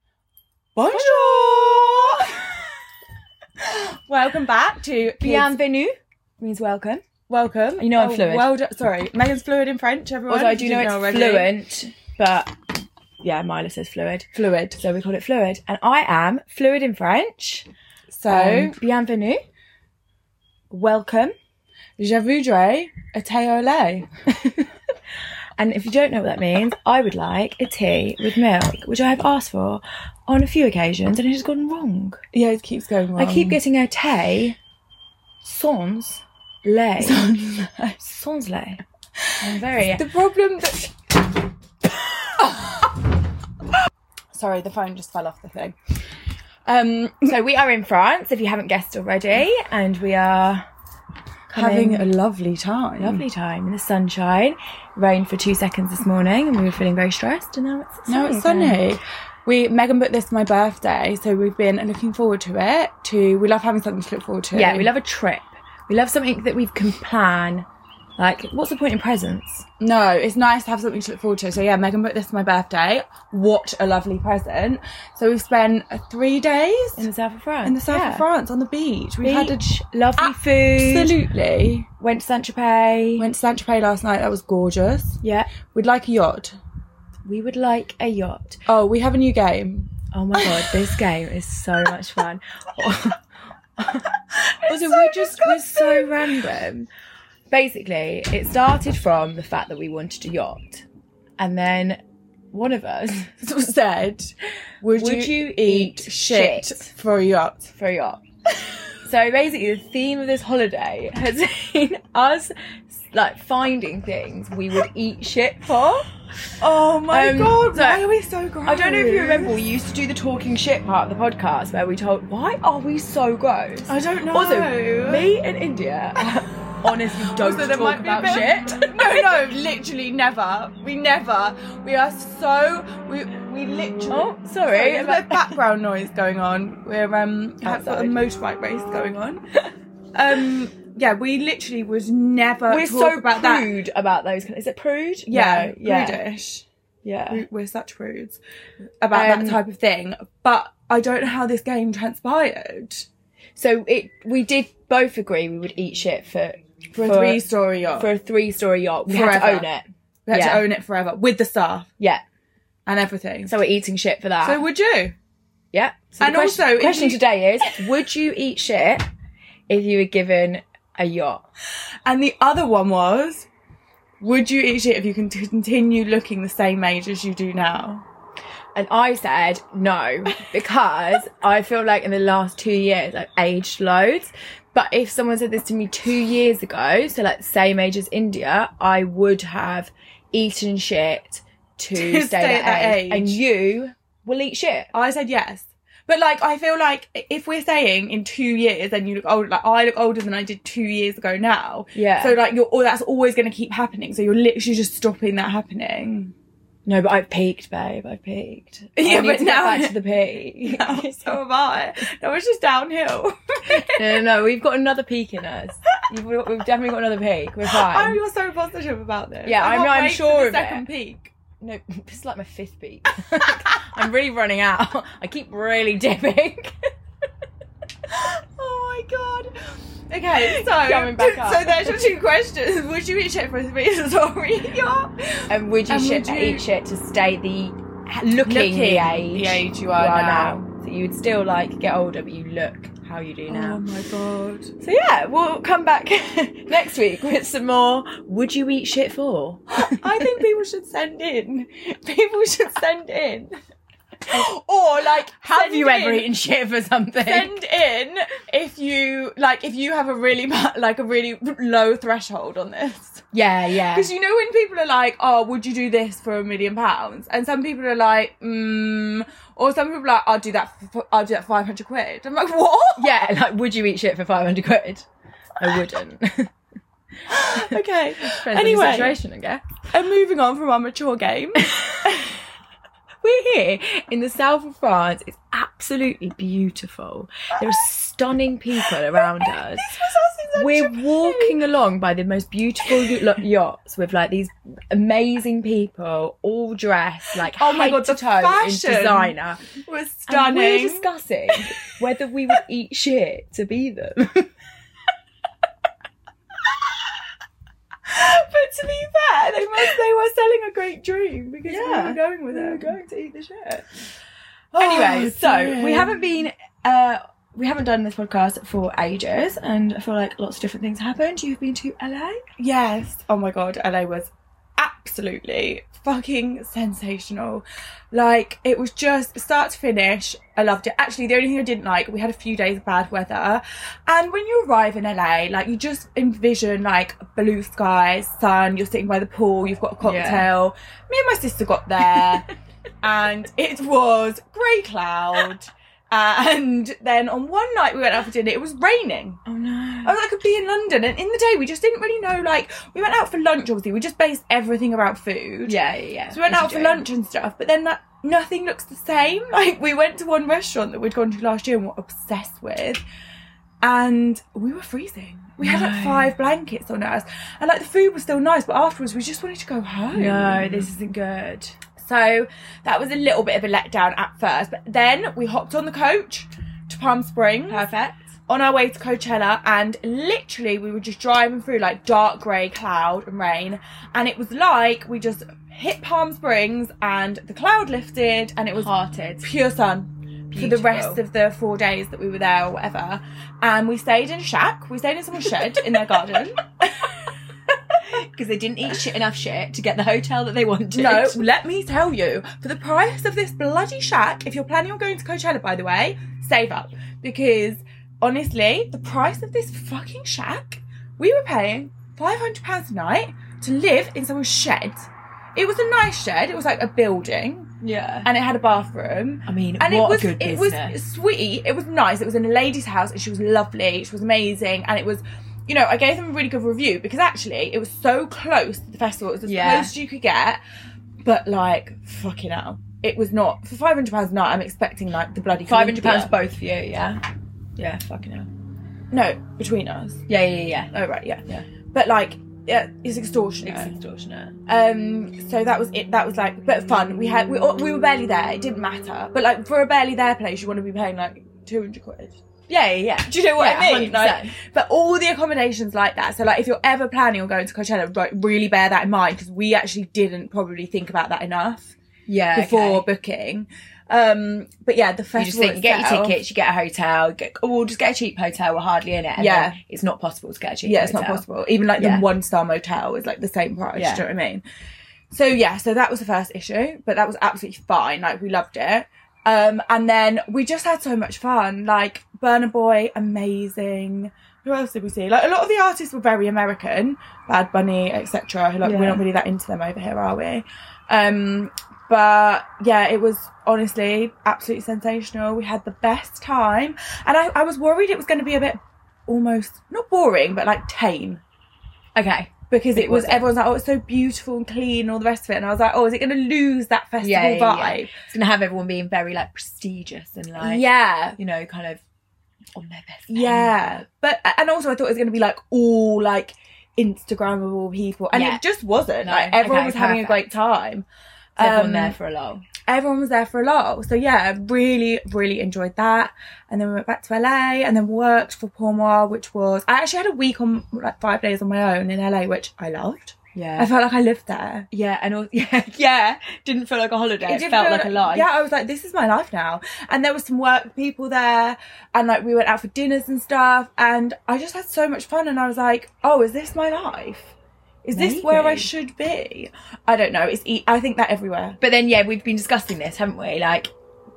Bonjour! welcome back to Kids Bienvenue means welcome. Welcome. Oh, You know I'm fluent. Well done. Sorry, Megan's fluid in French. Everyone, Although I if do you know didn't it's already. fluent, but yeah, Mila says fluid. Fluid. So we call it fluid. And I am fluid in French. So, Um, bienvenue. Welcome. je voudrais a thé au lait. And if you don't know what that means, I would like a tea with milk, which I have asked for on a few occasions and it has gone wrong. Yeah, it keeps going wrong. I keep getting a tea sans lait. sans lait. I'm very. the problem that. Sorry, the phone just fell off the thing. Um, So we are in France, if you haven't guessed already, and we are having having a lovely time. lovely time in the sunshine. Rained for two seconds this morning, and we were feeling very stressed. And now it's Now it's again. sunny. We Megan booked this for my birthday, so we've been looking forward to it. To we love having something to look forward to. Yeah, we love a trip. We love something that we can plan. Like, what's the point in presents? No, it's nice to have something to look forward to. So yeah, Megan booked this for my birthday. What a lovely present! So we've spent uh, three days In the south of France. in the south yeah. of France on the beach. We've had a Beach, lovely food. absolutely Went to Saint Tropez. went to Saint Tropez last night. That was gorgeous. yeah, We'd like a yacht. we would like a yacht. Oh, we have a new game. Oh my god, this game is so much fun. also, so we just were so random. Basically, it started from the fact that we wanted a yacht, and then one of us Said, would, Would you, you eat eat shit, shit? for a yacht? for a yacht. So basically, the theme of this holiday has been us like finding things we would eat shit for. Oh my Um, god! so- why are we so gross? I don't know if you remember, we used to do the talking shit part of the podcast where we told why are we so gross. I don't know. Also, me and India honestly don't Also, there talk might be a about bit- shit. no, no, literally never. We never. We are so. We we literally. Oh, Sorry, sorry. there's a bit of about- background noise going on. We're um have got a Outside. motorbike race going on. Um, yeah, we literally would never. We're talk so about that. prude about those. Is it prude? Yeah, No, yeah, prudish. yeah. We- We're such prudes about Um, that type of thing. But I don't know how this game transpired So it, we did both agree we would eat shit for for, a three-story yacht. for a three-story yacht. We had to Forever. own it. we had yeah. to own it forever with the staff Yeah. and everything. So we're eating shit for that. so would you? yeah. So the And question, also, if question you- today is: Would you eat shit if you were given a yacht? And the other one was, would you eat shit if you can t- continue looking the same age as you do now? And I said no because I feel like in the last two years I've aged loads. But if someone said this to me two years ago, so like same age as India, I would have eaten shit to, stay, at that age. And you will eat shit. I said yes. But like, I feel like if we're saying in two years, then you look older, like I look older than I did two years ago now. Yeah. So like, you're, oh, that's always going to keep happening. So you're literally just stopping that happening. No, but I've peaked, babe. I've peaked. Yeah, I need but to now- get back to the peak. Now, so am I. Now it's just downhill. no, no, no. We've got another peak in us. You've, we've definitely got another peak. We're Oh, fine. you're so positive about this. Yeah, I I'm- can't I'm wait for sure the of it. second peak. No, this is like my fifth peak. I'm really running out. I keep really dipping. Oh my god. Okay, so Coming back up. so there's your two questions. Would you eat shit for a three story yacht? And would you And shit would you- eat shit to stay the looking, the age the age you you are, are now. now? So you would still like get older, but you look how you do now. Oh my god. so yeah, we'll come back next week with some more. Would you eat shit for? I think people should send in. People should send in. Or like Have send you ever in- eaten shit for something? Send in if you like if you have a really mu- like a really low threshold on this. yeah, yeah. Because you know when people are like, "Oh, would you do this for a million pounds?" and some people are like, "Mm," or some people are like, "I'll do that. For, I'll do that five hundred quid." I'm like, "What?" Yeah, like would you eat shit for five hundred quid? I wouldn't. okay. Depends on the Anyway. situation, I guess. And moving on from our mature game. We're here in the south of France. It's absolutely beautiful. There are stunning people around us. This was us in we're walking along by the most beautiful y- lo- yachts with like these amazing people all dressed like Oh my head God, to the toe fashion. in designer. was And we're stunning. discussing whether we would eat shit to be them. but to be fair, they must, they were selling a great dream because we Yeah. were going with it. going to eat the shit. Oh, anyway, so we dear. haven't been uh we haven't done this podcast for ages and I feel like lots of different things happened. You've been to LA? Yes. Oh my god, LA was absolutely fucking sensational. Like it was just start to finish. I loved it. Actually, the only thing I didn't like, we had a few days of bad weather, and when you arrive in LA, like you just envision like blue skies, sun. You're sitting by the pool. You've got a cocktail. Me and my sister got there, and it was grey cloud. And then on one night we went out for dinner. It was raining. Oh no. I was like, I could be in London. And in the day, we just didn't really know. Like, we went out for lunch, obviously. We just based everything around food. yeah, yeah, yeah. So we went As you out for do. lunch and stuff, but then that nothing looks the same. Like, we went to one restaurant that we'd gone to last year and were obsessed with, and we were freezing. We had No. like five blankets on us, and like the food was still nice, but afterwards we just wanted to go home. No, this isn't good. So that was a little bit of a letdown at first, but then we hopped on the coach to Palm Springs Perfect. on our way to Coachella, and literally we were just driving through like dark grey cloud and rain, and it was like we just hit Palm Springs and the cloud lifted, and it was Hearted. pure sun for the rest Beautiful. of the four days that we were there or whatever. And we stayed in a shack, we stayed in someone's shed in their garden. because they didn't eat shit enough shit to get the hotel that they wanted. No, let me tell you, for the price of this bloody shack, if you're planning on going to Coachella, by the way, save up because honestly, the price of this fucking shack, we were paying five hundred pounds a night to live in someone's shed. It was a nice shed. It was like a building, Yeah. and it had a bathroom. I mean, And what it was a good it business. was sweet. It was nice. It was in a lady's house, and she was lovely. She was amazing, and it was. You know, I gave them a really good review because actually it was so close to the festival. It was as Yeah. close as you could get, but like fucking hell, it was not for five hundred pounds a night. I'm expecting like the bloody Five hundred pounds Olympia. both for you. Yeah. Yeah. Fucking hell. No, between us. Yeah, yeah, yeah. Oh right, yeah, Yeah. But like, yeah, it's extortionate. It's extortionate. Um, so that was it. That was like, but fun. We had we all- we were barely there. It didn't matter. But like for a barely there place, you want to be paying like two hundred quid. Yeah, yeah, yeah. Do you know what Yeah, I mean? 100%. Like, but all the accommodations like that. So like, if you're ever planning on going to Coachella, like, really bear that in mind because we actually didn't probably think about that enough Yeah. before okay. booking. Um, but yeah, the You festival just think you get your itself- tickets, you get a hotel, get, oh, we'll just get a cheap hotel, we're hardly in it. And Yeah. then It's not possible to get a cheap Yeah, it's hotel. not possible. Even like Yeah. the one star motel is like the same price. Yeah. Do you know what I mean? So yeah, so that was the first issue, but that was absolutely fine. Like we loved it. Um, and then we just had so much fun. Like Burner Boy, amazing. Who else did we see? Like a lot of the artists were very American, Bad Bunny, etc. Like Yeah. we're not really that into them over here, are we? Um, but yeah, it was honestly absolutely sensational. We had the best time, and I, I was worried it was going to be a bit almost not boring, but like tame Okay. because it, It was wasn't. everyone's like, oh, it's so beautiful and clean and all the rest of it, and I was like, oh, is it going to lose that festival Yeah, yeah, yeah. vibe? It's going to have everyone being very, like, prestigious and, like, yeah. you know, kind of on their best. Yeah, but and also I thought it was going to be like all like Instagrammable people, and Yeah. it just wasn't. No. Like everyone Okay, was having a great perfect. time. behavior. Everyone Um, there for a lol. everyone was there for a lot. So yeah, really, really enjoyed that. And then we went back to LA and then worked for Pormoir, which was I actually had a week on like five days on my own in LA, which I loved. Yeah. I felt like I lived there. yeah, and all, yeah, yeah. Didn't feel like a holiday. It, did felt feel like a life. Yeah, I was like, this is my life now. And there was some work people there, and like we went out for dinners and stuff, and I just had so much fun. And I was like, oh, is this my life? Is this where I Maybe. should be? I don't know. It's e- I think that everywhere. But then, yeah, we've been discussing this, haven't we? Like,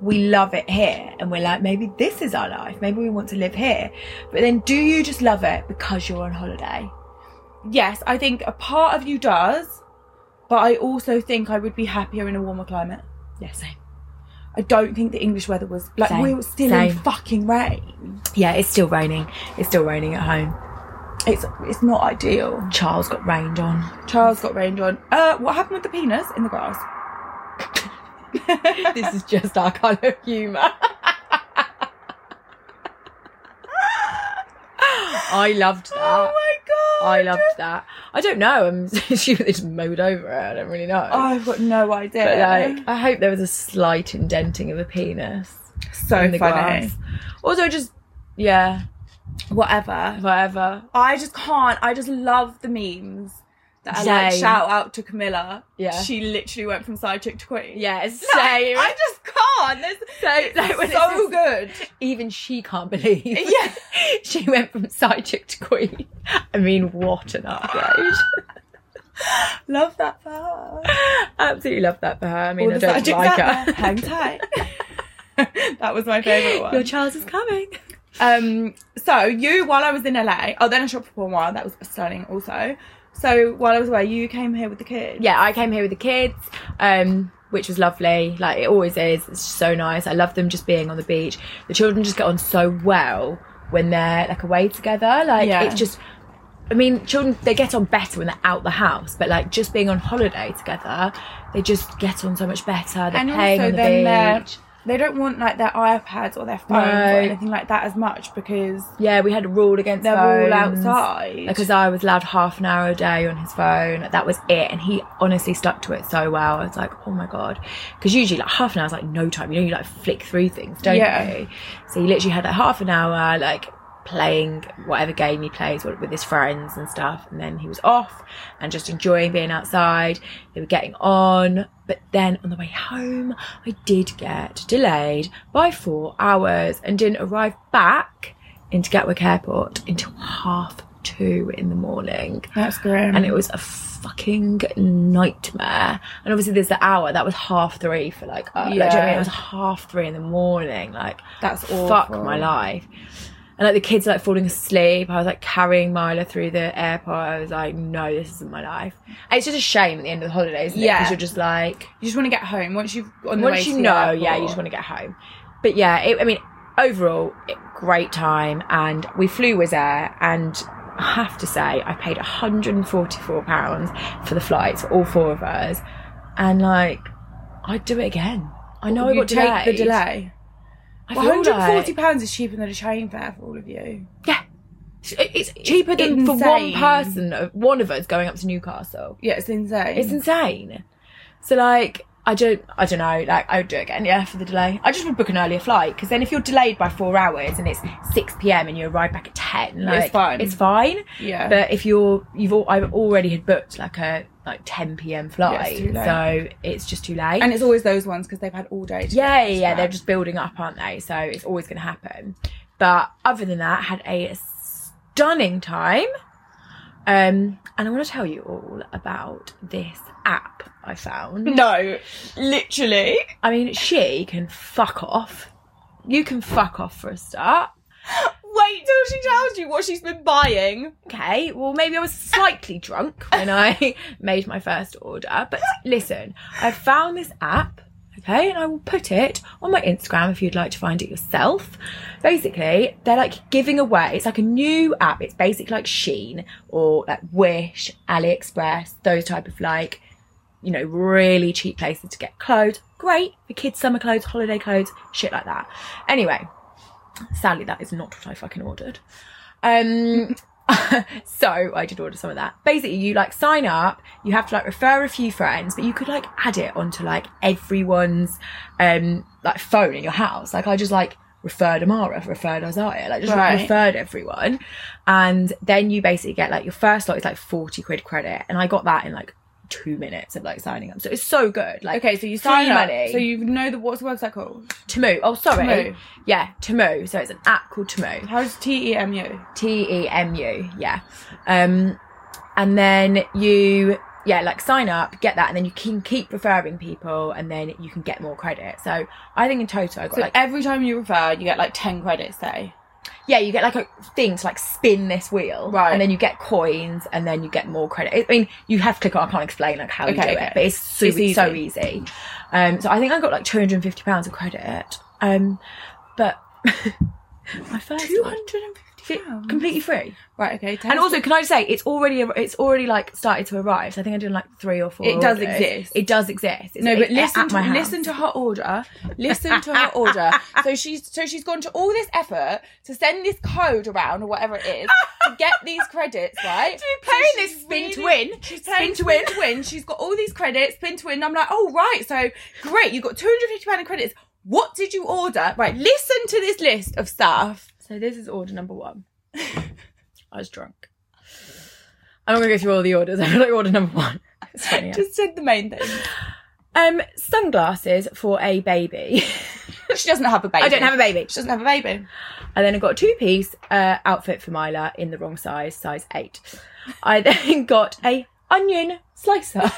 we love it here, and we're like, maybe this is our life. Maybe we want to live here. But then, do you just love it because you're on holiday? yes, I think a part of you does, but I also think I would be happier in a warmer climate. Yeah, same. I don't think the English weather was like Same, we were still in same. fucking rain. Yeah, it's still raining. It's still raining at home. It's it's not ideal. Charles got rained on. Charles got rained on. Uh, what happened with the penis in the grass? this is just our kind of humour. I loved that. Oh my god! Ah, I loved that. I don't know. I'm she they just mowed over it. I don't really know. Oh, I've got no idea. but like, I hope there was a slight indenting of a penis so in the funny. glass. Also, just yeah, Whatever. whatever. I just can't. I just love the memes that I like. Same. Shout out to Camilla. Yeah. She literally went from side chick to queen. Yeah, it's Like, same. I just can't. There's, so like, when it's it's so just- good. even she can't believe. Yeah. she went from side chick to queen. I mean, what an upgrade! Love that for her. Absolutely love that for her. I mean, All I the don't sidechicks like out her. there, Hang tight. that was my favourite one. Your child is coming. Um, so you, while I was in LA, oh, then I shopped for Moi. That was stunning, also. So while I was away, you came here with the kids. yeah, I came here with the kids, um, which was lovely. Like it always is. It's just so nice. I love them just being on the beach. The children just get on so well when they're like away together. Like Yeah. it's just. I mean, children they get on better when they're out the house, but like just being on holiday together, they just get on so much better. They're And playing also on the then they're- beach. They don't want like their iPads or their phones No. or anything like that as much because Yeah, we had a rule against they're all phones. outside. Because I was allowed half an hour a day on his phone. That was it. And he honestly stuck to it so well. I was like, oh my God. Because usually, like, half an hour is like no time. You know, you like flick through things, don't Yeah. you? So he literally had like half an hour, like, playing whatever game he plays with with his friends and stuff. And then he was off and just enjoying being outside. They were getting on. But then on the way home, I did get delayed by four hours and didn't arrive back into Gatwick Airport until half two in the morning. that's grim. And it was a fucking nightmare. And obviously, there's the hour that was half three for like, uh, like, do you know what I mean? Yeah. It was half three in the morning. Like, That's fuck awful. my life. And like the kids like falling asleep. I was like carrying Mila through the airport. I was like, no, this isn't my life. And it's just a shame at the end of the holidays, isn't it? Yeah. 'Cause you're just like, you just want to get home once you've on the way once to you the know, airport. yeah, you just want to get home. But yeah, it, I mean, overall, it, great time, and we flew Wizz Air, and I have to say, I paid 144 pounds for the flights, for all four of us, and like, I'd do it again. I know I you got take the delayed. delay. I Well, feel 140 140. pounds is cheaper than a train fare for all of you. yeah. It's cheaper than for one insane. person, of- one of us going up to Newcastle. Yeah, it's insane. It's insane. So like, I don't, I don't know. Like, I would do it again. Yeah, for the delay. I just would book an earlier flight because then if you're delayed by four hours and it's six p.m. and you arrive back at ten, like, fine. It's fine. yeah. But if you're, you've, all, I've already had booked like a like ten p.m. flight, too late. so it's just too late. and it's always those ones because they've had all day. To yeah, get yeah, yeah, back. they're just building up, aren't they? So it's always going to happen. But other than that, I had a stunning time. Um, and I want to tell you all about this app I found. no, literally. I mean, she can fuck off. You can fuck off for a start. Wait till she tells you what she's been buying. Okay, well, maybe I was slightly drunk when I made my first order. But listen, I found this app, okay, and I will put it on my Instagram if you'd like to find it yourself. Basically, they're like giving away, it's like a new app. It's basically like Sheen or like Wish, AliExpress, those type of like you know, really cheap places to get clothes. Great for kids' summer clothes, holiday clothes, shit like that. Anyway, sadly, that is not what I fucking ordered. Um, so I did order some of that. Basically, you like sign up, you have to like refer a few friends, but you could like add it onto like everyone's um like phone in your house. Like I just like referred Amara, referred Isaiah, like just Right. referred everyone, and then you basically get like your first lot is like forty quid credit, and I got that in like two minutes of like signing up. So it's so good. Like Okay, so you free sign up. money. So you know the what's the website called? Temu. Oh, sorry. Temu. Yeah, Temu. So it's an app called Temu. How's T E M U? T E M U. Yeah. Um, and then you, yeah, like sign up, get that, and then you can keep referring people, and then you can get more credit. So I think in total I got So like, every time you refer, you get like ten credits. Say yeah, you get like a thing to like spin this wheel, Right. And then you get coins, and then you get more credit. I mean, you have to click. on I can't explain like how you Okay, do okay. it, but it's so It's easy. easy. so easy. Um, so I think I got like two hundred and fifty pounds of credit. Um, but My first Two one. hundred and fifty Fi- pounds. Completely free. Right. Okay. tell And us- also, can I just say it's already it's already like started to arrive. So I think I did like three or four. It does orders. exist. It does exist. It's No, but it's listen at to my house. listen to her order. Listen to her order. So she's so she's gone to all this effort to send this code around or whatever it is to get these credits, right? To be playing So this she's spin to really- win. She's Spin playing to spin to win. win. She's got all these credits, spin to win. And I'm like, oh right, so great, you got two hundred fifty pound in credits. What did you order? Right, listen to this list of stuff. So this is order number one. I was drunk. I'm not gonna go through all the orders. I like order number one. It's funny. yeah. Just said the main thing. Um, sunglasses for a baby. She doesn't have a baby. I don't have a baby. She doesn't have a baby. I then got a two-piece uh, outfit for Mila in the wrong size, size eight. I then got a onion slicer. Uh,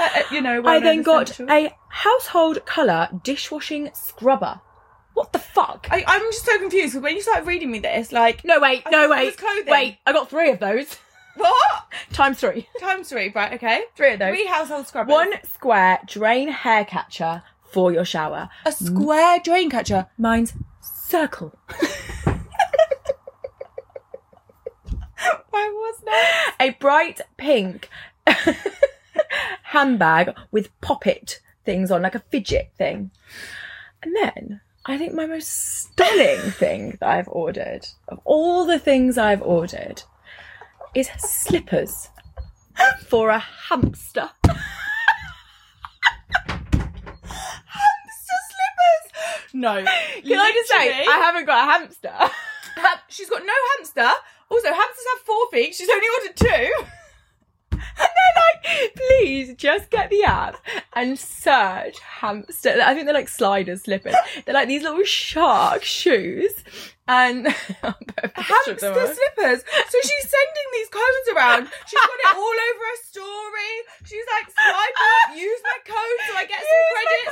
uh, you know. I well-known then got essential. a household colour dishwashing scrubber. What the fuck? I, I'm just so confused because when you started reading me this, like, no wait, I no thought it was wait, clothing. wait. I got three of those what? times three. Times three, right? Okay. Three of those. Three household scrubbers. One square drain hair catcher for your shower. a square drain catcher. Mine's circle. I was not. A bright pink handbag with poppet things on, like a fidget thing. And then I think my most stunning thing that I've ordered, of all the things I've ordered, is slippers for a hamster. Hamster slippers. No. Can I just say, I haven't got a hamster. have? She's got no hamster. Also, hamsters have four feet. She's only ordered two. They're like, please just get the app and search hamster. I think they're like slider slippers. They're like these little shark shoes. And Hamster slippers. So she's sending these codes around. She's got it all over her story. She's like, swipe up, use my code so I get some credit.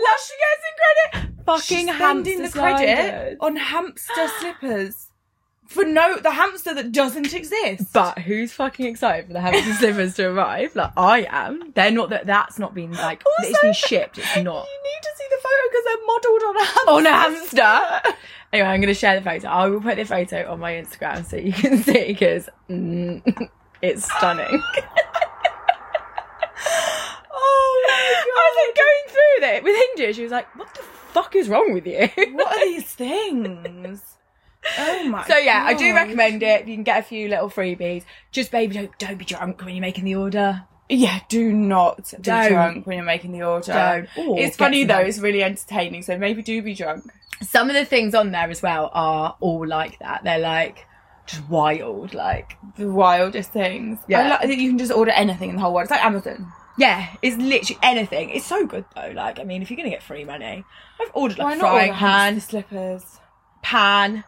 Love she gets some credit. She's Fucking spending hamster the credit sliders. on hamster slippers for no the hamster that doesn't exist. But who's fucking excited for the hamster slippers to arrive? Like I am. They're not that. That's not been like. it's Also- been shipped. It's not. you need to see the photo because they're modelled on a hamster. on a hamster. Anyway, I'm going to share the photo. I will put the photo on my Instagram so you can see because mm, it's stunning. Oh I was like going through it with India. She was like, "What the fuck is wrong with you?" my god! What are these things? Oh my! So yeah, I do God. recommend it. You can get a few little freebies. Just baby, don't don't be drunk when you're making the order. Yeah, do not be Don't. drunk when you're making the order. Don't. Or It's get funny some though; help. it's really entertaining. So maybe do be drunk. Some of the things on there as well are all like that. They're like just wild. Like The wildest things. Yeah. I, like, that you can just order anything in the whole world. It's like Amazon. yeah, it's literally anything. It's so good though. Like I mean, if you're gonna get free money, I've ordered Why like not frying order pan. hamster slippers? pan.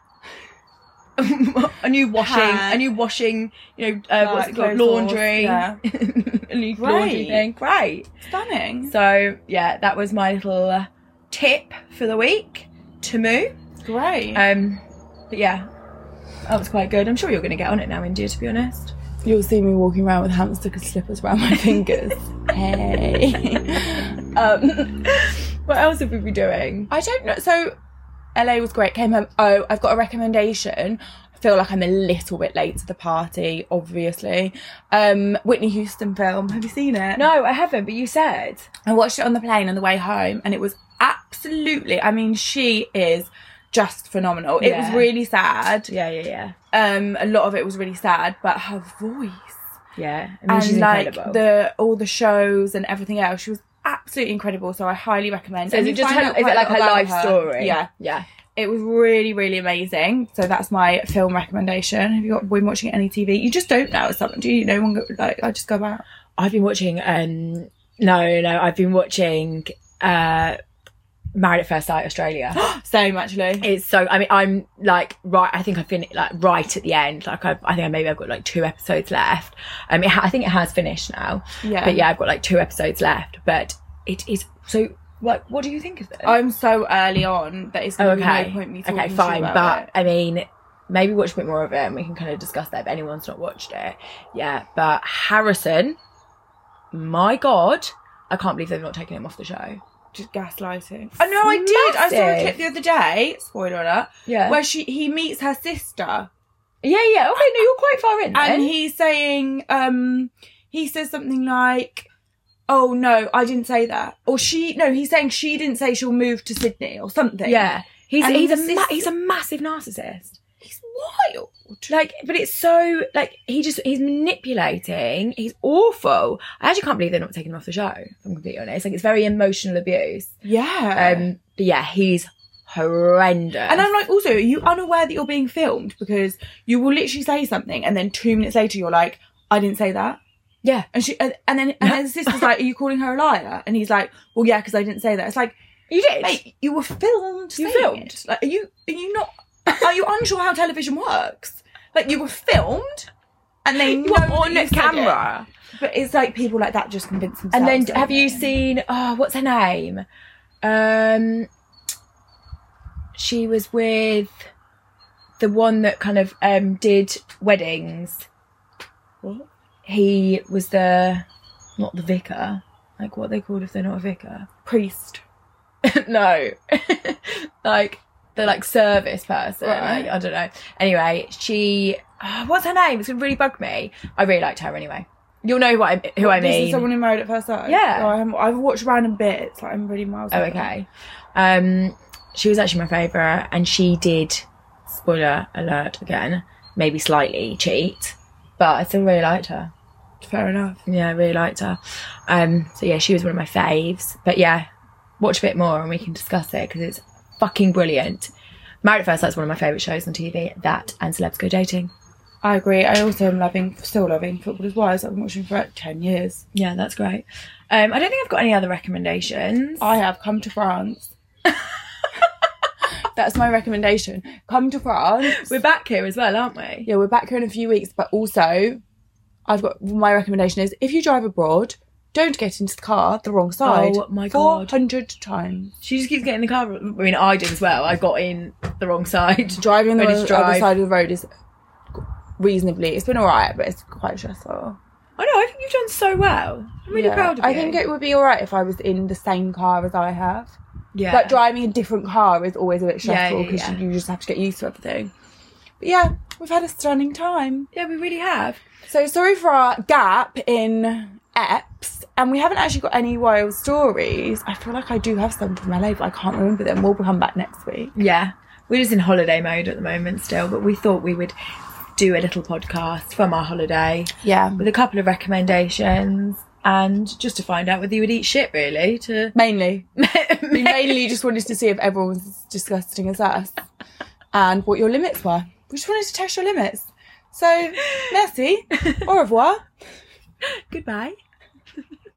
a new washing, Pan. a new washing, you know, uh, Like what's it called? clothes wash, Laundry. yeah. a new laundry Great. thing. Great. Stunning. So, yeah, that was my little uh, tip for the week to Moo. Great. Um, but yeah, that was quite good. I'm sure you're going to get on it now, India, to be honest. You'll see me walking around with hamster slippers around my fingers. hey. um, What else have we been doing? I don't know. So LA was great. Came home. Oh, I've got a recommendation. I feel like I'm a little bit late to the party, obviously. Um, Whitney Houston film. Have you seen it? No, I haven't, but you said. I watched it on the plane on the way home and it was absolutely, I mean, she is just phenomenal. It was Yeah. really sad. Yeah, yeah, yeah. Um, a lot of it was really sad, but her voice Yeah. I mean, she's and like incredible. the all the shows and everything else. She was absolutely incredible, so I highly recommend. so is And it you just find her, out is quite it a like lot her about life her. story? Yeah, Yeah. it was really, really amazing. So that's my film recommendation. Have you got been watching any TV? You just don't now. Something do you? No one go, like I just go out. I've been watching um no no I've been watching uh Married at First Sight Australia. Same actually. It's so I mean I'm like right I think I've been like right at the end like I've, I think I maybe I've got like two episodes left. Um it ha- I think it has finished now. Yeah. But yeah I've got like two episodes left but it is so like what do you think of this? I'm so early on that it's Oh, gonna be okay. no point me talking okay, to you fine. about it. But I mean, maybe watch a bit more of it and we can kind of discuss that if anyone's not watched it. Yeah. But Harrison, my God, I can't believe they've not taken him off the show. just gaslighting. I know I did. I saw a clip the other day. Spoiler alert. Yeah. Where she he meets her sister yeah, yeah. Okay, no, you're quite far in. Then. and he's saying um he says something like oh no I didn't say that or she no he's saying she didn't say she'll move to Sydney or something yeah. He's And he's a he's- ma- he's a massive narcissist. he's wild Like, but it's so like he just he's manipulating. He's awful. I actually can't believe they're not taking him off the show. If I'm completely honest. Like, it's very emotional abuse. yeah Um, but yeah, he's horrendous. And I'm like, also, are you unaware that you're being filmed? Because you will literally say something, and then two minutes later, you're like, I didn't say that. Yeah. And she, and, and then, and then the sister's like, Are you calling her a liar? And he's like, Well, yeah, because I didn't say that. It's like, you did. mate, you were filmed. You saying filmed. it. Like, are you, are you not, are you unsure how television works? Like, you were filmed, and they you know were that on you said it. camera. But it's like people like that just convince themselves. And then don't have you they? seen oh what's her name? Um she was with the one that kind of um did weddings. What? He was the not the vicar. Like what are they called if they're not a vicar. priest? no. like the like service person. Right. Like, I don't know. Anyway, she oh, what's her name? It's gonna really bug me. I really liked her anyway. You'll know what I, who I This mean. is someone who married at first sight. Yeah. No, I haven't- I've watched random bits. Like I'm really miles. Oh, over. okay. Um, she was actually my favourite, and she did, spoiler alert again, maybe slightly cheat, but I still really liked her. Fair enough. Yeah, I really liked her. Um, so yeah, she was one of my faves. But yeah, watch a bit more and we can discuss it because it's fucking brilliant. Married at First Sight's one of my favourite shows on TV. That and Celebs Go Dating. I agree. I also am loving, still loving Footballers Wives. I've been watching for about 10 years. Yeah, that's great. Um, I don't think I've got any other recommendations. I have come to France. That's my recommendation. Come to France. We're back here as well, aren't we? yeah, we're back here in a few weeks, but also, I've got my recommendation is if you drive abroad, don't get into the car the wrong side. Oh my God. 400 times. She just keeps getting the car. I mean, I did as well. I got in the wrong side. Driving on the Ready to other drive. side of the road is reasonably, it's been alright, but it's quite stressful. I know. I think you've done so well. I'm really Yeah. proud of I you. think it would be alright if I was in the same car as I have. yeah. Like driving a different car is always a bit Yeah, stressful yeah, because yeah. you just have to get used to everything. But yeah, we've had a stunning time. yeah, we really have. So sorry for our gap in Eps, and we haven't actually got any wild stories. I feel like I do have some from LA, but I can't remember them. We'll come back next week. Yeah, we're just in holiday mode at the moment still, but we thought we would do a little podcast from our holiday Yeah, with a couple of recommendations and just to find out whether you would eat shit really to mainly. We mainly just wanted to see if everyone was as disgusting as us and what your limits were. We just wanted to test your limits. So, merci, au revoir. goodbye.